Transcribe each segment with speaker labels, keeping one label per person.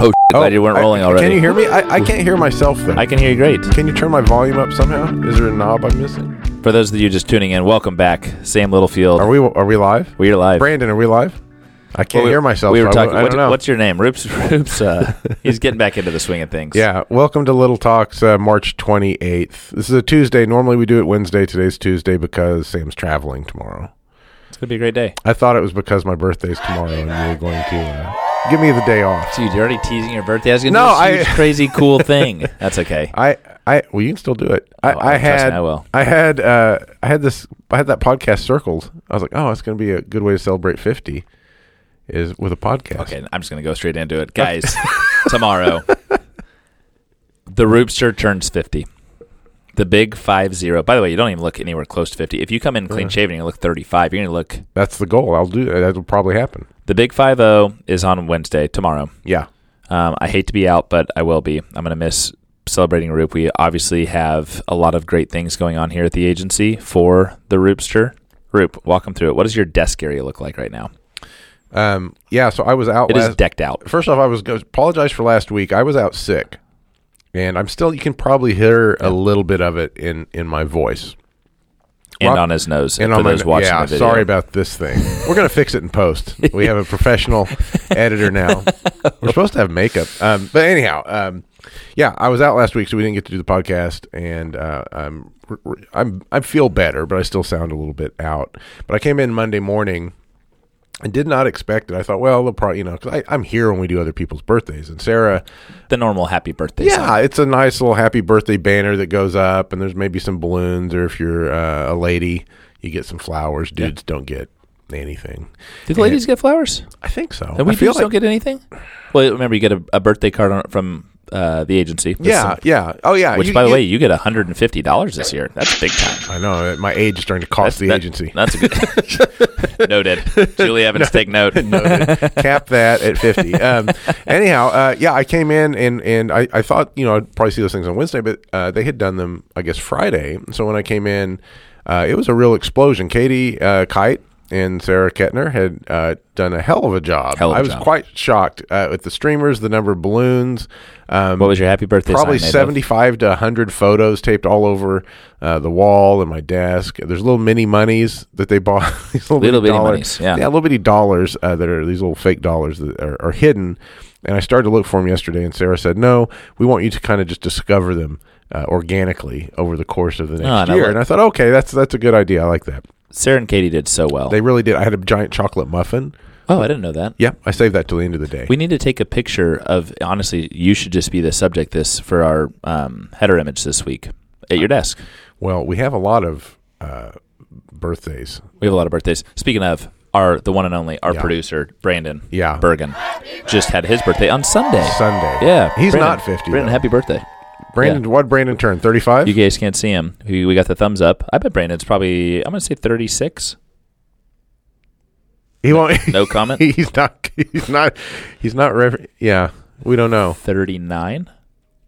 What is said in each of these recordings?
Speaker 1: Oh, shit, glad you weren't
Speaker 2: I-
Speaker 1: rolling already.
Speaker 2: Can you hear me? I, I can't hear myself though.
Speaker 1: I can hear you great.
Speaker 2: can you turn my volume up somehow? Is there a knob I'm missing?
Speaker 1: For those of you just tuning in, welcome back. Sam Littlefield.
Speaker 2: Are we are we live?
Speaker 1: we are live.
Speaker 2: Brandon, are we live? I can't
Speaker 1: Well, we-
Speaker 2: hear myself.
Speaker 1: We were
Speaker 2: so I
Speaker 1: talking.
Speaker 2: don't- I,
Speaker 1: what-
Speaker 2: don't know.
Speaker 1: What's your name? Roops. Roops. Uh, he's getting back into the swing of things.
Speaker 2: yeah, welcome to Little Talks, uh, March 28th. This is a Tuesday. Normally we do it Wednesday. Today's Tuesday because Sam's traveling tomorrow.
Speaker 1: It's gonna be a great day.
Speaker 2: I thought it was because my birthday's tomorrow and you were going to uh, give me the day off.
Speaker 1: Dude, you're already teasing your birthday. I was gonna
Speaker 2: No,
Speaker 1: do this huge,
Speaker 2: I-
Speaker 1: crazy, cool thing. That's okay.
Speaker 2: I, I, well, you can still do it. I,
Speaker 1: Oh,
Speaker 2: I
Speaker 1: trust me,
Speaker 2: had,
Speaker 1: I will.
Speaker 2: I had, uh, I had this, I had that podcast circled. I was like, oh, it's going to be a good way to celebrate 50 is with a podcast.
Speaker 1: Okay, I'm just gonna go straight into it, guys. tomorrow, the Roopster turns 50. The big five zero. By the way, you don't even look anywhere close to 50. If you come in
Speaker 2: Uh-huh.
Speaker 1: clean shaven, you look 35. You're gonna look.
Speaker 2: That's the goal. I'll do that. That'll probably happen.
Speaker 1: The big five zero is on Wednesday tomorrow.
Speaker 2: Yeah.
Speaker 1: Um, I hate to be out, but I will be. I'm going to miss celebrating Roop. We obviously have a lot of great things going on here at the agency for the Roopster. Roop, walk them through it. What does your desk area look like right now?
Speaker 2: Um, yeah. So I was out
Speaker 1: It
Speaker 2: last.
Speaker 1: is decked out.
Speaker 2: First off, I was go- apologize for last week. I was out sick, and I'm still. You can probably hear a little bit of it in in my voice
Speaker 1: And
Speaker 2: Rock-
Speaker 1: on his nose.
Speaker 2: and
Speaker 1: for
Speaker 2: on my
Speaker 1: those watching
Speaker 2: yeah.
Speaker 1: the video.
Speaker 2: Sorry about this thing. We're gonna fix it in post. We have a professional editor now. We're supposed to have makeup, um, but anyhow, um, yeah, I was out last week, so we didn't get to do the podcast, and uh, I'm I'm I feel better, but I still sound a little bit out. But I came in Monday morning. I did not expect it. I thought, well, they'll probably, you know, because I'm here when we do other people's birthdays. And Sarah,
Speaker 1: the normal happy birthday.
Speaker 2: yeah,
Speaker 1: song.
Speaker 2: it's a nice little happy birthday banner that goes up, and there's maybe some balloons, or if you're uh, a lady, you get some flowers. Dudes don't get anything.
Speaker 1: Do the ladies get flowers?
Speaker 2: I think so.
Speaker 1: And we
Speaker 2: I feel
Speaker 1: dudes don't get anything? Well, remember, you get a, a birthday card on, from uh, the agency. with
Speaker 2: yeah,
Speaker 1: some-
Speaker 2: yeah. Oh, yeah.
Speaker 1: which,
Speaker 2: you-
Speaker 1: by the
Speaker 2: you-
Speaker 1: way, you get $150 this year. That's big time.
Speaker 2: I know uh, my age is starting to cost the
Speaker 1: That-
Speaker 2: agency.
Speaker 1: That's a good. Noted. Julie Evans, take note.
Speaker 2: Cap that at fifty. Um, anyhow, uh, yeah, I came in and and I, I thought you know I'd probably see those things on Wednesday, but uh, they had done them I guess Friday. So when I came in, uh, it was a real explosion. Katie uh, Kite and Sarah Kettner had uh, done a hell of a job.
Speaker 1: Hell of a
Speaker 2: I was
Speaker 1: job.
Speaker 2: quite shocked uh, at the streamers, the number of balloons. Um,
Speaker 1: What was your happy birthday?
Speaker 2: probably
Speaker 1: sign made of?
Speaker 2: 75 to 100 photos taped all over uh, the wall and my desk. There's little mini monies that they bought. these little,
Speaker 1: Little bitty
Speaker 2: dollar-
Speaker 1: monies, yeah.
Speaker 2: little bitty dollars uh, that are these little fake dollars that are, are hidden. And I started to look for them yesterday, and Sarah said, "No, we want you to kind of just discover them uh, organically over the course of the
Speaker 1: Oh,
Speaker 2: next
Speaker 1: and I
Speaker 2: year."
Speaker 1: like-
Speaker 2: and I thought, "Okay, that's that's a good idea. I like that."
Speaker 1: Sarah and Katie did so well.
Speaker 2: They really did. I had a giant chocolate muffin.
Speaker 1: oh, I didn't know that.
Speaker 2: Yeah, I saved that till the end of the day.
Speaker 1: We need to take a picture of. Honestly, you should just be the subject this for our um, header image this week at your desk.
Speaker 2: well, we have a lot of uh, birthdays.
Speaker 1: We have a lot of birthdays. Speaking of our the one and only our
Speaker 2: Yeah.
Speaker 1: producer Brandon
Speaker 2: Yeah.
Speaker 1: Bergen just had his birthday on Sunday.
Speaker 2: Sunday.
Speaker 1: yeah,
Speaker 2: he's
Speaker 1: Brandon.
Speaker 2: not fifty.
Speaker 1: Brandon,
Speaker 2: though.
Speaker 1: happy birthday!
Speaker 2: Brandon, what Brandon turned? 35?
Speaker 1: You guys can't see him. We we got the thumbs up. I bet Brandon's probably I'm gonna say 36.
Speaker 2: he won't.
Speaker 1: No comment.
Speaker 2: he's not. He's not. He's not. Rever- yeah, we don't know.
Speaker 1: 39.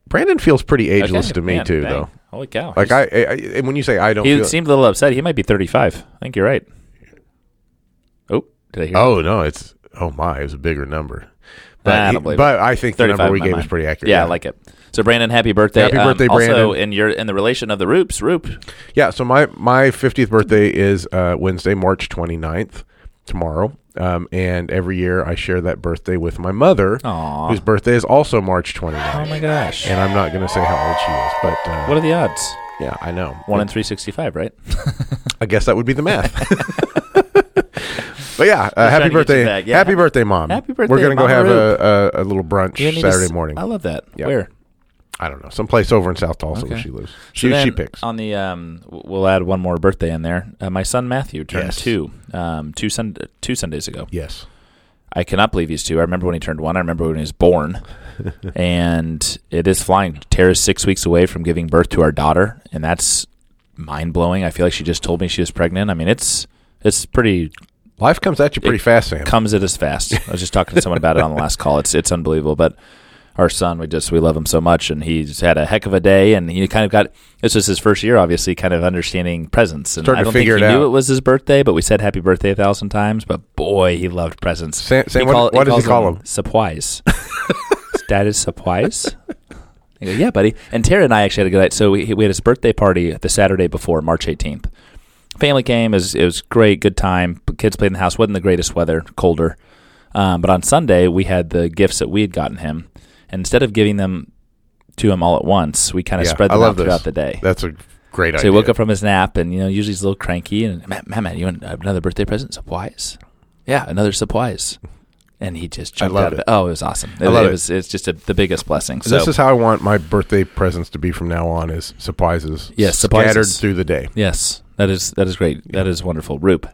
Speaker 2: Brandon feels pretty
Speaker 1: Okay,
Speaker 2: ageless to me
Speaker 1: man,
Speaker 2: too,
Speaker 1: dang.
Speaker 2: though.
Speaker 1: Holy cow!
Speaker 2: Like
Speaker 1: He's-
Speaker 2: I, I, I- and when you say I don't,
Speaker 1: He
Speaker 2: feel,
Speaker 1: seemed a little upset. He might be 35. I think you're right. Oh, did I hear?
Speaker 2: oh no, it's oh my, it was a bigger number. But,
Speaker 1: Nah, I
Speaker 2: he-
Speaker 1: don't believe it.
Speaker 2: but I think the
Speaker 1: 35
Speaker 2: number we
Speaker 1: in my
Speaker 2: gave
Speaker 1: mind.
Speaker 2: is pretty accurate.
Speaker 1: Yeah, I like it. So Brandon, happy birthday! Um,
Speaker 2: Happy birthday,
Speaker 1: Also,
Speaker 2: Brandon.
Speaker 1: in your in the relation of the Roops, Roop.
Speaker 2: Yeah, so my my 50th birthday is uh, Wednesday, March 29th, tomorrow. Um, and every year I share that birthday with my mother,
Speaker 1: Aw.
Speaker 2: whose birthday is also March 29th.
Speaker 1: Oh my gosh!
Speaker 2: And I'm not going to say how old she is, but uh,
Speaker 1: What are the odds?
Speaker 2: yeah, I know.
Speaker 1: One in 365, right?
Speaker 2: I guess that would be the math. but yeah,
Speaker 1: trying
Speaker 2: uh,
Speaker 1: to get
Speaker 2: happy
Speaker 1: you
Speaker 2: birthday,
Speaker 1: back, yeah.
Speaker 2: happy birthday, mom.
Speaker 1: Happy
Speaker 2: We're
Speaker 1: birthday,
Speaker 2: gonna go
Speaker 1: Mama
Speaker 2: have a, a, a little brunch
Speaker 1: You need to
Speaker 2: Saturday
Speaker 1: s-
Speaker 2: morning.
Speaker 1: I
Speaker 2: I
Speaker 1: love that.
Speaker 2: Yeah.
Speaker 1: Where?
Speaker 2: don't know, someplace over in South Tulsa where
Speaker 1: Okay.
Speaker 2: she lives.
Speaker 1: So
Speaker 2: She she
Speaker 1: then
Speaker 2: picks.
Speaker 1: on the um, w- we'll add one more birthday in there. Uh, my son Matthew turned
Speaker 2: Yes.
Speaker 1: two, um, two sun two Sundays ago.
Speaker 2: yes,
Speaker 1: I cannot believe he's two. I remember when he turned one. I remember when he was born. and it is flying. Tara's six weeks away from giving birth to our daughter, and that's mind blowing. I feel like she just told me she was pregnant. I mean, it's it's pretty
Speaker 2: life comes at you pretty fast, Sam.
Speaker 1: comes at us fast. I was just talking to someone about it on the last call. It's it's unbelievable, but. Our son, we just we love him so much, and he's had a heck of a day. And he kind of got this was his first year, obviously, kind of understanding presents. And
Speaker 2: Starting
Speaker 1: I
Speaker 2: to
Speaker 1: don't think
Speaker 2: figure
Speaker 1: he
Speaker 2: it
Speaker 1: knew
Speaker 2: out.
Speaker 1: it was his birthday, but we said happy birthday a thousand times. But boy, he loved presents.
Speaker 2: Sam, Sam
Speaker 1: He
Speaker 2: what,
Speaker 1: call-
Speaker 2: what does he
Speaker 1: calls
Speaker 2: call
Speaker 1: them
Speaker 2: them?
Speaker 1: Supplies. Dad is supplies. I go, yeah, buddy. And Tara and I actually had a good night. So we, we had his birthday party the Saturday before, March 18th. Family came. It was, it was great, good time. Kids played in the house. Wasn't the greatest weather, colder. Um, but on Sunday, we had the gifts that we had gotten him. And instead of giving them to him all at once, we kind of
Speaker 2: Yeah,
Speaker 1: spread
Speaker 2: I
Speaker 1: them out
Speaker 2: love this.
Speaker 1: throughout the day.
Speaker 2: That's a great
Speaker 1: so
Speaker 2: idea.
Speaker 1: he woke up from his nap, and you know, usually he's a little cranky. And Matt, Matt, Matt, you want another birthday present? Supplies? Yeah, another supplies. And he just
Speaker 2: I
Speaker 1: jumped
Speaker 2: love
Speaker 1: out of
Speaker 2: it.
Speaker 1: it. Oh, it was awesome. It,
Speaker 2: love
Speaker 1: it
Speaker 2: it.
Speaker 1: was. It's just a, the biggest blessing. So
Speaker 2: this is how I want my birthday presents to be from now on: is surprises.
Speaker 1: Yes, surprises.
Speaker 2: scattered through the day.
Speaker 1: yes, that is that is great. That is wonderful. Roop,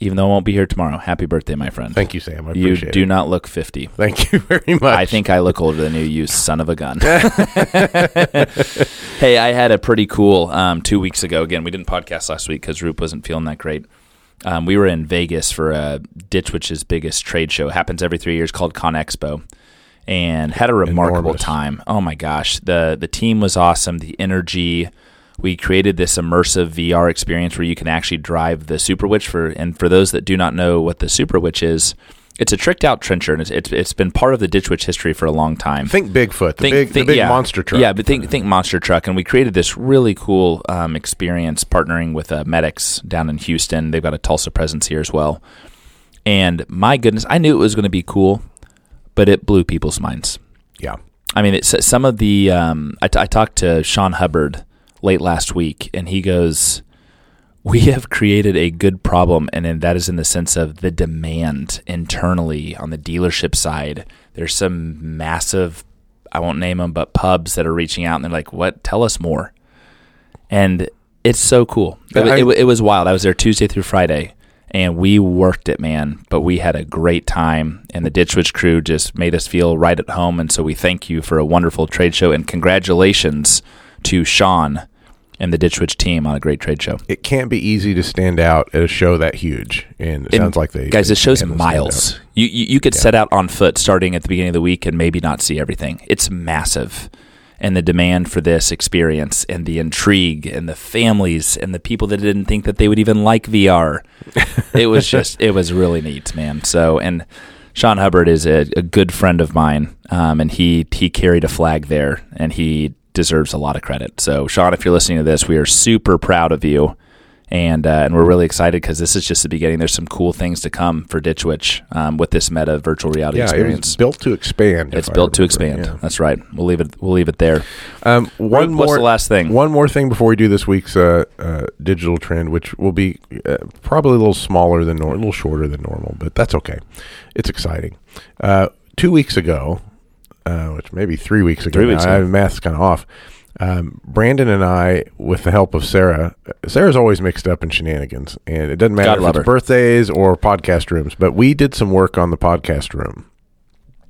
Speaker 1: even though I won't be here tomorrow, happy birthday, my friend.
Speaker 2: Thank you, Sam. I
Speaker 1: you.
Speaker 2: appreciate
Speaker 1: do
Speaker 2: it.
Speaker 1: not look fifty.
Speaker 2: Thank you very much.
Speaker 1: I think I look older than you, you son of a gun. hey, I had a pretty cool um, two weeks ago. Again, we didn't podcast last week because Roop wasn't feeling that great. Um, we were in Vegas for uh, Ditch Witch's biggest trade show. It happens every three years, called ConExpo, and had a remarkable
Speaker 2: Enormous.
Speaker 1: time. Oh my gosh, the the team was awesome. The energy. We created this immersive VR experience where you can actually drive the Super Witch for. And for those that do not know what the Super Witch is, it's a tricked out trencher, and it's it's, it's been part of the Ditch Witch history for a long time
Speaker 2: Think Bigfoot, the big, the big
Speaker 1: yeah.
Speaker 2: monster truck.
Speaker 1: Yeah, but think think monster truck, and we created this really cool um, experience partnering with uh, Medics down in Houston. They've got a Tulsa presence here as well. And my goodness, I knew it was going to be cool, but it blew people's minds.
Speaker 2: yeah.
Speaker 1: I mean, it's some of the. Um, I, t- I talked to Sean Hubbard late last week, and he goes, "We have created a good problem, and then that is in the sense of the demand internally on the dealership side. There's some massive, I won't name them, but pubs that are reaching out, and they're like, "What? Tell us more." And it's so cool. It,
Speaker 2: Yeah,
Speaker 1: wa-
Speaker 2: I-
Speaker 1: it, wa- it was wild. I was there Tuesday through Friday. And we worked it, man, but we had a great time. And the Ditch Witch crew just made us feel right at home. And so we thank you for a wonderful trade show. And congratulations to Sean and the Ditch Witch team on a great trade show.
Speaker 2: It can't be easy to stand out at a show that huge, and it
Speaker 1: And
Speaker 2: sounds like they
Speaker 1: guys,
Speaker 2: they
Speaker 1: this show's
Speaker 2: handled
Speaker 1: miles. You, you you could set out on foot starting at the beginning of the week and maybe not see everything. It's massive, and the demand for this experience and the intrigue and the families and the people that didn't think that they would even like VR. it was just it was really neat, man. So and. Sean Hubbard is a, a good friend of mine, um, and he he carried a flag there, and he deserves a lot of credit. So, Sean, if you're listening to this, we are super proud of you and uh, and we're really excited because this is just the beginning. There's some cool things to come for Ditch Witch um, with this meta virtual reality
Speaker 2: Yeah, it's
Speaker 1: experience.
Speaker 2: built to expand.
Speaker 1: It's
Speaker 2: if I
Speaker 1: built to
Speaker 2: remember,
Speaker 1: expand. That's right. We'll leave it. We'll leave it there.
Speaker 2: yeah. Um, one
Speaker 1: Ruth,
Speaker 2: more.
Speaker 1: What's the last thing?
Speaker 2: One more thing before we do this week's uh, uh, digital trend, which will be uh, probably a little smaller than normal, a little shorter than normal, but that's okay. It's exciting. Uh, two weeks ago, uh, which maybe three weeks ago,
Speaker 1: Three weeks
Speaker 2: now,
Speaker 1: ago.
Speaker 2: I- math's kind of off. Um, Brandon and I, with the help of Sarah, uh, Sarah's always mixed up in shenanigans, and it doesn't
Speaker 1: God
Speaker 2: matter
Speaker 1: love
Speaker 2: if
Speaker 1: her.
Speaker 2: it's birthdays or podcast rooms. But we did some work on the podcast room,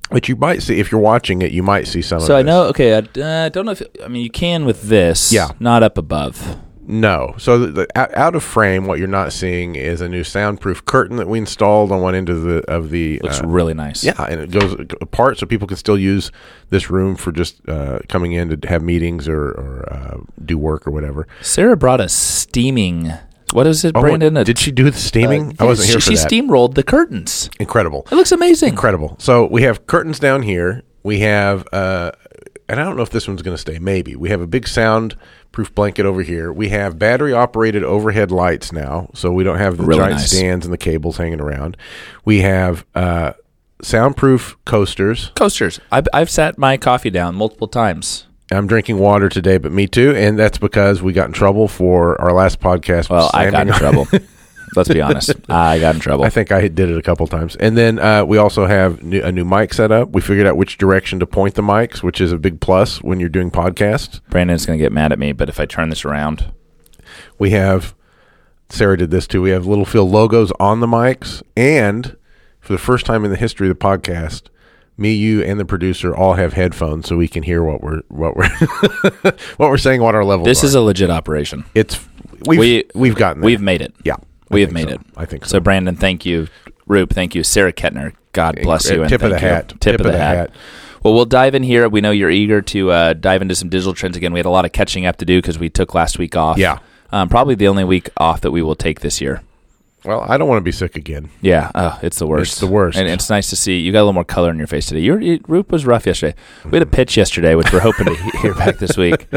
Speaker 2: which you might see if you're watching it. You might see some.
Speaker 1: So
Speaker 2: of
Speaker 1: I
Speaker 2: this.
Speaker 1: know. Okay, I uh, don't know if I mean you can with this.
Speaker 2: Yeah.
Speaker 1: Not up above.
Speaker 2: No. So the, the, out out of frame, what you're not seeing is a new soundproof curtain that we installed on one end of the of the.
Speaker 1: Looks
Speaker 2: uh,
Speaker 1: really nice.
Speaker 2: yeah, and it goes apart so people can still use this room for just uh, coming in to have meetings or, or uh, do work or whatever.
Speaker 1: Sarah brought a steaming. What is it,
Speaker 2: Oh,
Speaker 1: Brandon? A-
Speaker 2: did she do the steaming?
Speaker 1: uh,
Speaker 2: I wasn't
Speaker 1: she,
Speaker 2: here for
Speaker 1: she
Speaker 2: that.
Speaker 1: steamrolled the curtains.
Speaker 2: Incredible.
Speaker 1: It looks amazing.
Speaker 2: Incredible. So we have curtains down here. We have, uh, and I don't know if this one's going to stay. Maybe we have a big soundproof blanket over here. We have battery operated overhead lights now, so we don't have the
Speaker 1: Really
Speaker 2: giant
Speaker 1: nice.
Speaker 2: stands and the cables hanging around. We have uh, soundproof coasters.
Speaker 1: Coasters. I've, I've sat my coffee down multiple times.
Speaker 2: I'm drinking water today, but me too, and that's because we got in trouble for our last podcast.
Speaker 1: Well, I got in
Speaker 2: slamming-
Speaker 1: trouble. Let's be honest. I got in trouble.
Speaker 2: I think I did it a couple times. And then uh, we also have new, a new mic set up. We figured out which direction to point the mics, which is a big plus when you're doing podcasts.
Speaker 1: Brandon's going to get mad at me, but if I turn this
Speaker 2: Oh,
Speaker 1: around,
Speaker 2: We have Sarah did this too. We have Little Phil logos on the mics, and for the first time in the history of the podcast, me, you, and the producer all have headphones, so we can hear what we're what we're what we're saying, what our levels.
Speaker 1: this
Speaker 2: are.
Speaker 1: is a legit operation.
Speaker 2: it's we've
Speaker 1: We-
Speaker 2: we, we've gotten there.
Speaker 1: We've made it.
Speaker 2: yeah I
Speaker 1: we have
Speaker 2: think
Speaker 1: made
Speaker 2: so. I think so.
Speaker 1: So, Brandon, thank you. Roop, thank you. Sarah Kettner, God bless you. And
Speaker 2: Tip of
Speaker 1: thank
Speaker 2: the
Speaker 1: you.
Speaker 2: hat.
Speaker 1: Tip, of, the, hat. Well, we'll dive in here. We know you're eager to uh, dive into some digital trends again. We had a lot of catching up to do because we took last week off.
Speaker 2: Yeah.
Speaker 1: Um, probably the only week off that we will take this year.
Speaker 2: Well, I don't want to be sick again.
Speaker 1: Yeah, uh, it's the worst.
Speaker 2: It's the worst.
Speaker 1: and it's nice to see you got a little more color in your face today. Your, your Roop was rough yesterday. We had a pitch yesterday, which we're hoping to he- hear back this week,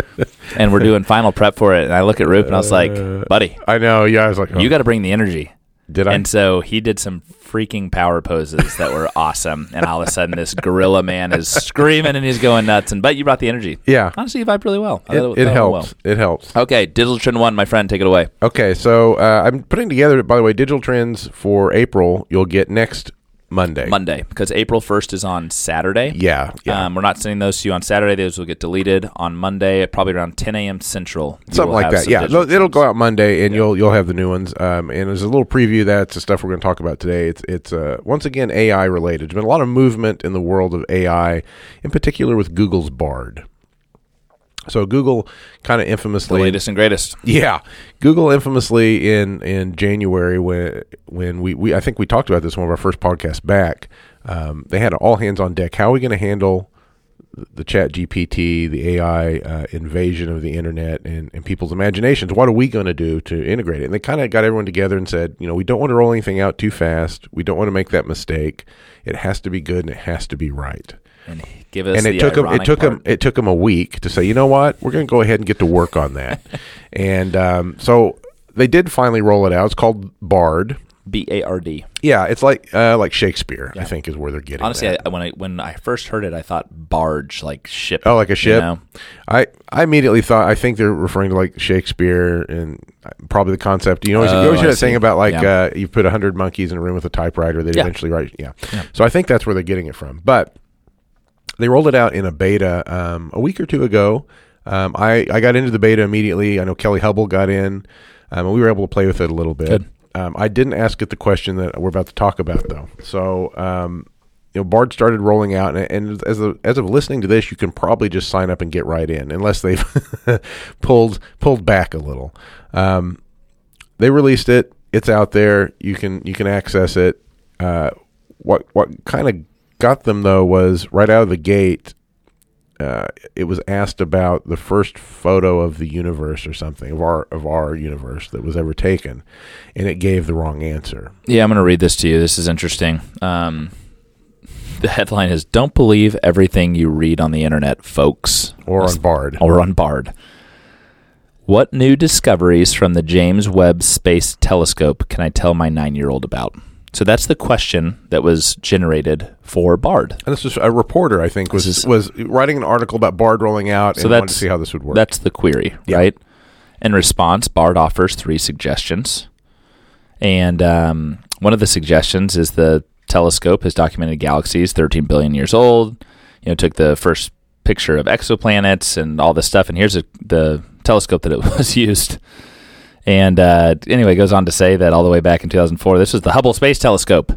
Speaker 1: and we're doing final prep for it. And I look at Roop and I was like, "Buddy,
Speaker 2: I know. Yeah, I was like, Uh, oh,
Speaker 1: you got to bring the energy."
Speaker 2: did I?
Speaker 1: And so he did some freaking power poses that were awesome. And all of a sudden, this gorilla man is screaming and he's going nuts. And but you brought the energy.
Speaker 2: yeah,
Speaker 1: Honestly, you vibed really well. I thought
Speaker 2: it,
Speaker 1: thought
Speaker 2: it
Speaker 1: went
Speaker 2: helps. It helps.
Speaker 1: well. Okay, digital trend one, my friend, take it away.
Speaker 2: Okay, so uh, I'm putting together, by the way, digital trends for April. You'll get next Monday.
Speaker 1: Monday, because April first is on Saturday.
Speaker 2: Yeah, yeah.
Speaker 1: Um, we're not sending those to you on Saturday. Those will get deleted on Monday, probably around 10 a.m. Central. you
Speaker 2: something
Speaker 1: will
Speaker 2: like
Speaker 1: have
Speaker 2: that.
Speaker 1: some
Speaker 2: Yeah,
Speaker 1: digital
Speaker 2: it'll, it'll
Speaker 1: trends.
Speaker 2: go out Monday, and you'll you'll have the new ones. Um, and there's a little preview of that. It's the stuff we're going to talk about today. It's it's uh, once again AI related. There's been a lot of movement in the world of AI, in particular with Google's Bard. So Google kind of
Speaker 1: The
Speaker 2: infamously
Speaker 1: latest and greatest.
Speaker 2: Yeah, Google infamously in in January when when we, we I think we talked about this in one of our first podcasts back. Um, they had an all hands on deck. How are we going to handle the Chat GPT, the AI uh, invasion of the internet and, and people's imaginations? What are we going to do to integrate it? And they kind of got everyone together and said, you know, we don't want to roll anything out too fast. We don't want to make that mistake. It has to be good and it has to be right
Speaker 1: And give us
Speaker 2: and it
Speaker 1: the
Speaker 2: took him it
Speaker 1: ironic
Speaker 2: took him
Speaker 1: part.
Speaker 2: it took him a week to say you know what we're going to go ahead and get to work on that and um, so they did finally roll it out it's called bard
Speaker 1: B A R D.
Speaker 2: yeah it's like uh, like shakespeare i think is where they're getting
Speaker 1: Honestly,
Speaker 2: that.
Speaker 1: I, when I when I first heard it, I thought barge, like ship.
Speaker 2: Oh, like a ship.
Speaker 1: know?
Speaker 2: I, I immediately thought I think they're referring to like Shakespeare and probably the concept. You know, you
Speaker 1: Oh,
Speaker 2: always hear
Speaker 1: I
Speaker 2: that thing
Speaker 1: see.
Speaker 2: about like
Speaker 1: Yeah.
Speaker 2: uh, you put hundred monkeys in a room with a typewriter, they would
Speaker 1: Yeah.
Speaker 2: eventually write. Yeah. So I think that's where they're getting it from. But they rolled it out in a beta um, a week or two ago. Um, I I got into the beta immediately. I know Kelly Hubble got in, um, and we were able to play with it a little bit.
Speaker 1: Good.
Speaker 2: Um, I didn't ask it the question that we're about to talk about though. So. Um, you know, Bard started rolling out, and, and as of, as of listening to this, you can probably just sign up and get right in, unless they've pulled pulled back a little. Um, they released it; it's out there. You can you can access it. Uh, what what kind of got them though was right out of the gate. Uh, it was asked about the first photo of the universe or something of our of our universe that was ever taken, and it gave the wrong answer.
Speaker 1: Yeah, I'm going to read this to you. This is interesting. Um, the headline is Don't Believe Everything You Read on the Internet, Folks.
Speaker 2: Or on Bard.
Speaker 1: or on Bard. What new discoveries from the James Webb Space Telescope can I tell my nine year old about? So that's the question that was generated for Bard.
Speaker 2: And this was a reporter, I think, was
Speaker 1: This is-
Speaker 2: was writing an article about Bard rolling out
Speaker 1: So
Speaker 2: and wanted to
Speaker 1: that's-
Speaker 2: see how this would work.
Speaker 1: That's the query,
Speaker 2: Yeah.
Speaker 1: right? In response, Bard offers three suggestions. And um, one of the suggestions is the telescope has documented galaxies 13 billion years old. You know, took the first picture of exoplanets and all this stuff. And here's a, the telescope that it was used. And uh, anyway, it goes on to say that all the way back in 2004, this was the Hubble Space Telescope.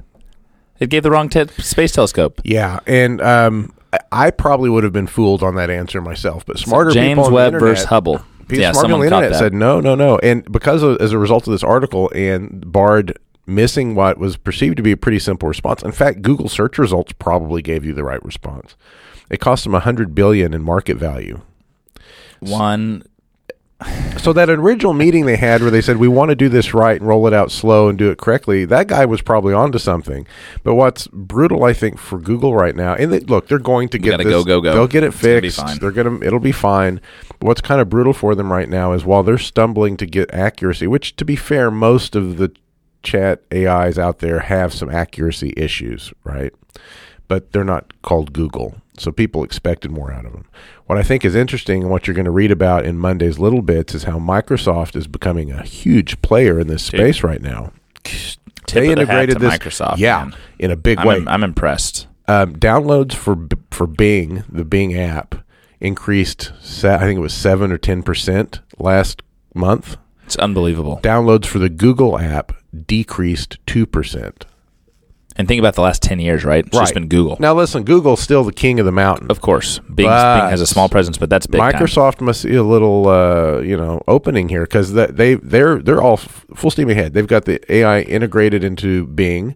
Speaker 1: It gave the wrong te- space telescope.
Speaker 2: yeah, and um, I- I probably would have been fooled on that answer myself, but smarter people
Speaker 1: James
Speaker 2: on
Speaker 1: Webb
Speaker 2: the
Speaker 1: versus
Speaker 2: internet,
Speaker 1: Hubble.
Speaker 2: People smart people on the
Speaker 1: caught
Speaker 2: internet
Speaker 1: that.
Speaker 2: said no, no, no, and because of, as a result of this article and Bard missing what was perceived to be a pretty simple response. In fact, Google search results probably gave you the right response. It cost them a hundred billion in market value.
Speaker 1: one
Speaker 2: So that original meeting they had where they said we want to do this right and roll it out slow and do it correctly, that guy was probably onto something. But what's brutal, I think, for Google right now, and they, look, they're going to get
Speaker 1: gotta
Speaker 2: this,
Speaker 1: go, go, go.
Speaker 2: They'll get it
Speaker 1: It's gonna be
Speaker 2: fixed.
Speaker 1: fine.
Speaker 2: They're gonna, it'll be fine. But what's kind of brutal for them right now is while they're stumbling to get accuracy, which to be fair, most of the chat AIs out there have some accuracy issues, right? but they're not called Google. So people expected more out of them. What I think is interesting and what you're going to read about in Monday's little bits is how Microsoft is becoming a huge player in this space right now.
Speaker 1: tip
Speaker 2: they
Speaker 1: of the hat
Speaker 2: integrated
Speaker 1: to
Speaker 2: this,
Speaker 1: Microsoft.
Speaker 2: yeah,
Speaker 1: man.
Speaker 2: in a big
Speaker 1: I'm,
Speaker 2: way.
Speaker 1: I'm impressed.
Speaker 2: um, downloads for B- for Bing, the Bing app, increased. Se- I think it was seven or ten percent last month.
Speaker 1: It's unbelievable.
Speaker 2: Downloads for the Google app decreased two percent.
Speaker 1: And think about the last ten years, right? It's just
Speaker 2: Right.
Speaker 1: been Google,
Speaker 2: Now listen, Google's still the king of the mountain.
Speaker 1: of course. Bing, Bing
Speaker 2: But-
Speaker 1: has a small presence, but that's big time.
Speaker 2: Microsoft must see a little, uh, you know, opening here because they they're they're all f- full steam ahead. They've got the AI integrated into Bing.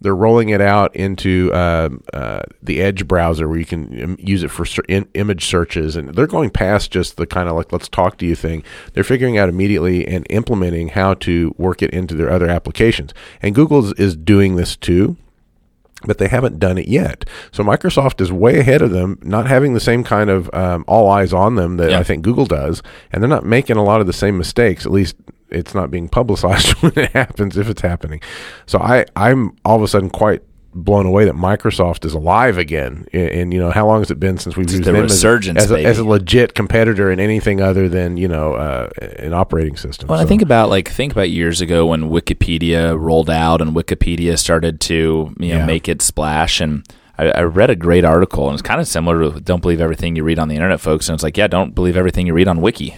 Speaker 2: They're rolling it out into um, uh, the Edge browser where you can um, use it for ser- in- image searches, and they're going past just the kind of like let's talk to you thing. They're figuring out immediately and implementing how to work it into their other applications. And Google's is doing this too but they haven't done it yet. So Microsoft is way ahead of them, not having the same kind of um, all eyes on them that
Speaker 1: Yeah.
Speaker 2: I think Google does, and they're not making a lot of the same mistakes. At least it's not being publicized when it happens, if it's happening. So I, I'm all of a sudden quite blown away that Microsoft is alive again. And, and, you know, how long has it been since we've used
Speaker 1: the
Speaker 2: them as,
Speaker 1: resurgence,
Speaker 2: as, a,
Speaker 1: baby.
Speaker 2: as a legit competitor in anything other than you know uh, an operating system?
Speaker 1: Well, and
Speaker 2: So-
Speaker 1: I think about like think about years ago when Wikipedia rolled out and Wikipedia started to you know
Speaker 2: Yeah.
Speaker 1: make it splash. And I, I read a great article, and it's kind of similar to "Don't believe everything you read on the internet, folks." And it's like, yeah, don't believe everything you read on Wiki.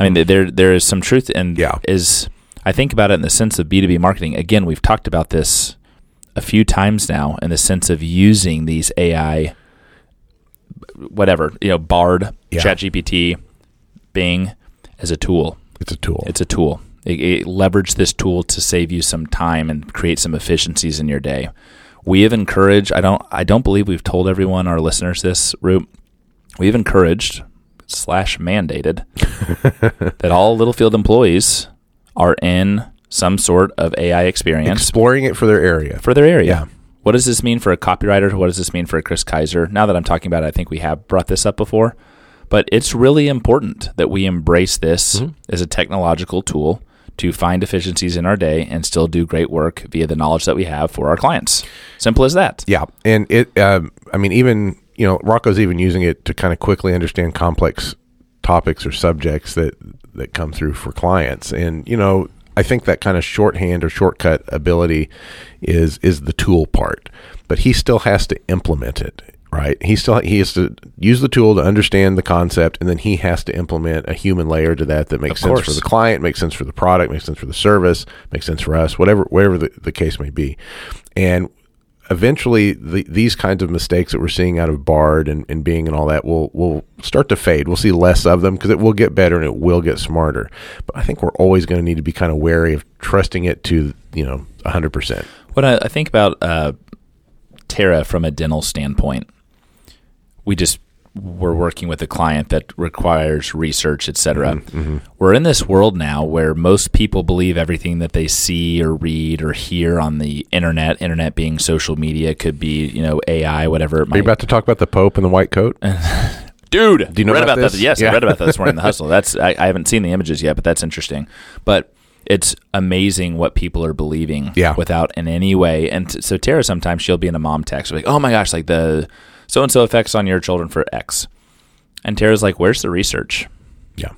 Speaker 1: I mean, th- there there is some truth, and
Speaker 2: Yeah.
Speaker 1: is I think about it in the sense of B two B marketing. Again, we've talked about this a few times now in the sense of using these AI, whatever you know, Bard,
Speaker 2: Yeah.
Speaker 1: ChatGPT, Bing, as a tool.
Speaker 2: it's a tool.
Speaker 1: It's a tool. It, it leverage this tool to save you some time and create some efficiencies in your day. We have encouraged. I don't. I don't believe we've told everyone our listeners this. Root. We've encouraged slash mandated that all Littlefield employees are in some sort of AI experience
Speaker 2: exploring it for their area.
Speaker 1: for their area.
Speaker 2: Yeah.
Speaker 1: What does this mean for a copywriter? What does this mean for a Chris Kaiser? Now that I'm talking about it, I think we have brought this up before, but it's really important that we embrace this as a technological tool to find efficiencies in our day and still do great work via the knowledge that we have for our clients. Simple as that.
Speaker 2: Yeah, and it. Um, I mean, even you know, Rocco's even using it to kind of quickly understand complex topics or subjects that that come through for clients, and you know. I think that kind of shorthand or shortcut ability is is the tool part, but he still has to implement it, right? He still he has to use the tool to understand the concept, and then he has to implement a human layer to that that makes
Speaker 1: Of
Speaker 2: sense for
Speaker 1: course.
Speaker 2: the client, makes sense for the product, makes sense for the service, makes sense for us, whatever whatever the, the case may be. And eventually the, these kinds of mistakes that we're seeing out of Bard and, and Bing and all that will will start to fade. We'll see less of them because it will get better and it will get smarter. But I think we're always going to need to be kind of wary of trusting it to, you know, 100%.
Speaker 1: What I, I think about uh, Terra from a dental standpoint, we just were working with a client that requires research, et cetera.
Speaker 2: Mm-hmm.
Speaker 1: We're in this world now where most people believe everything that they see or read or hear on the internet. Internet being social media, could be you know AI, whatever it
Speaker 2: Are
Speaker 1: might.
Speaker 2: you about to talk about the Pope and the white coat?
Speaker 1: Dude, do
Speaker 2: you know
Speaker 1: read
Speaker 2: about
Speaker 1: about,
Speaker 2: this?
Speaker 1: that? Yes,
Speaker 2: Yeah.
Speaker 1: I read about that this morning in the hustle. That's I, I haven't seen the images yet, but that's interesting. But it's amazing what people are believing
Speaker 2: Yeah.
Speaker 1: without in any way. And t- so Tara sometimes she'll be in a mom text like, "Oh my gosh, like the so and so effects on your children for X," and Tara's like, "Where's the research?"
Speaker 2: yeah.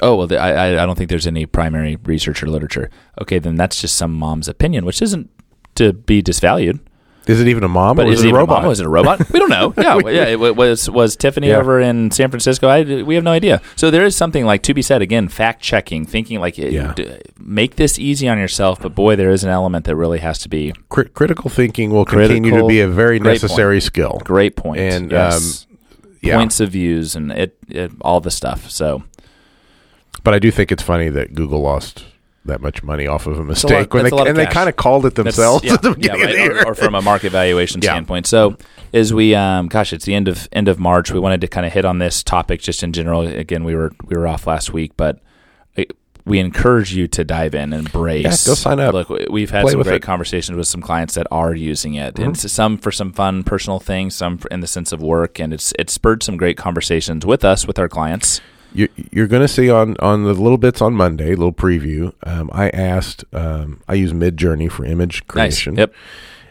Speaker 1: Oh well, the, I I- I don't think there's any primary research or literature. Okay, then that's just some mom's opinion, which isn't to be disvalued.
Speaker 2: Is it even a mom
Speaker 1: But
Speaker 2: or
Speaker 1: is
Speaker 2: is
Speaker 1: it
Speaker 2: it a
Speaker 1: even
Speaker 2: robot?
Speaker 1: mom? Was it a robot? We don't know. Yeah, w- yeah. It wa- was was Tiffany
Speaker 2: Yeah.
Speaker 1: over in San Francisco? I, we have no idea. So there is something like to be said again. Fact checking, thinking like it-
Speaker 2: Yeah.
Speaker 1: d- make this easy on yourself. But boy, there is an element that really has to be
Speaker 2: Cri- critical thinking will continue to
Speaker 1: Critical-
Speaker 2: be a very
Speaker 1: great
Speaker 2: necessary skill.
Speaker 1: great point.
Speaker 2: And, um,
Speaker 1: yes.
Speaker 2: Yeah.
Speaker 1: points of views and it, it all the stuff. So
Speaker 2: But I do think it's funny that Google lost that much money off of
Speaker 1: a
Speaker 2: a
Speaker 1: lot-
Speaker 2: mistake when
Speaker 1: that's
Speaker 2: they,
Speaker 1: a lot of
Speaker 2: and they
Speaker 1: cash.
Speaker 2: kind of called it
Speaker 1: That's-
Speaker 2: themselves
Speaker 1: yeah,
Speaker 2: at the
Speaker 1: yeah,
Speaker 2: beginning of
Speaker 1: right,
Speaker 2: the year.
Speaker 1: Or, or from a market valuation
Speaker 2: Yeah.
Speaker 1: standpoint. So as we, um, gosh, it's the end of end of March. We wanted to kind of hit on this topic just in general. Again, we were we were off last week, but it, we encourage you to dive in and embrace.
Speaker 2: Yeah, go sign up.
Speaker 1: Look, we- we've had
Speaker 2: Play
Speaker 1: some
Speaker 2: with
Speaker 1: great
Speaker 2: it. Mm-hmm.
Speaker 1: conversations with some clients that are using it, and s- some for some fun personal things, some for- in the sense of work, and it's it spurred some great conversations with us with our clients.
Speaker 2: you, you're going to see on on the little bits on Monday, little preview. Um, I asked, um, I use MidJourney for image creation,
Speaker 1: Nice. Yep.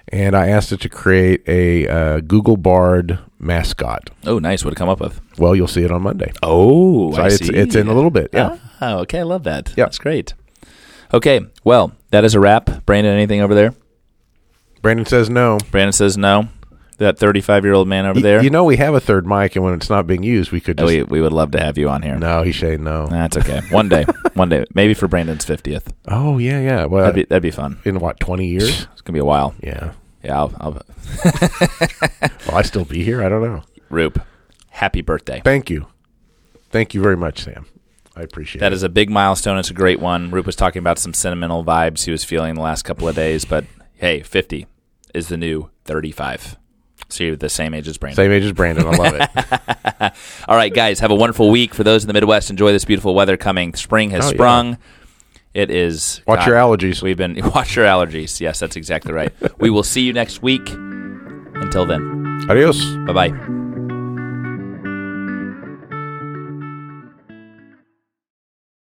Speaker 2: and I asked it to create a uh, Google Bard mascot.
Speaker 1: Oh, nice. What it come up with?
Speaker 2: Well, you'll see it on Monday.
Speaker 1: Oh,
Speaker 2: So it's, it's in a little bit. Yeah,
Speaker 1: Oh, okay. I love that.
Speaker 2: Yeah.
Speaker 1: That's great. Okay. Well, that is a wrap. Brandon, anything over there?
Speaker 2: Brandon says no.
Speaker 1: Brandon says no. That 35 year old man over
Speaker 2: Y-
Speaker 1: there.
Speaker 2: you know we have a third mic, and when it's not being used, we could
Speaker 1: Oh,
Speaker 2: just
Speaker 1: we, we would love to have you on here.
Speaker 2: no. He's saying no.
Speaker 1: That's okay. One day. one day. Maybe for Brandon's 50th.
Speaker 2: Oh yeah, yeah. Well,
Speaker 1: That'd be, that'd be fun.
Speaker 2: in what twenty years?
Speaker 1: It's going to be a while.
Speaker 2: yeah.
Speaker 1: Yeah. I'll, I'll,
Speaker 2: Will I still be here? I don't know.
Speaker 1: Roop, happy birthday.
Speaker 2: Thank you, thank you very much, Sam. I appreciate
Speaker 1: That
Speaker 2: it.
Speaker 1: is a big milestone. It's a great one. Roop was talking about some sentimental vibes he was feeling the last couple of days, but hey, 50. is the new 35. So you're the same age as Brandon.
Speaker 2: Same age as Brandon. I love it.
Speaker 1: All right, guys, have a wonderful week. For those in the Midwest, enjoy this beautiful weather coming. Spring has
Speaker 2: Oh, yeah.
Speaker 1: sprung. It is.
Speaker 2: Watch
Speaker 1: God,
Speaker 2: your allergies.
Speaker 1: We've been watch your allergies. Yes, that's exactly right. we will see you next week. Until then,
Speaker 2: Adios.
Speaker 1: bye bye.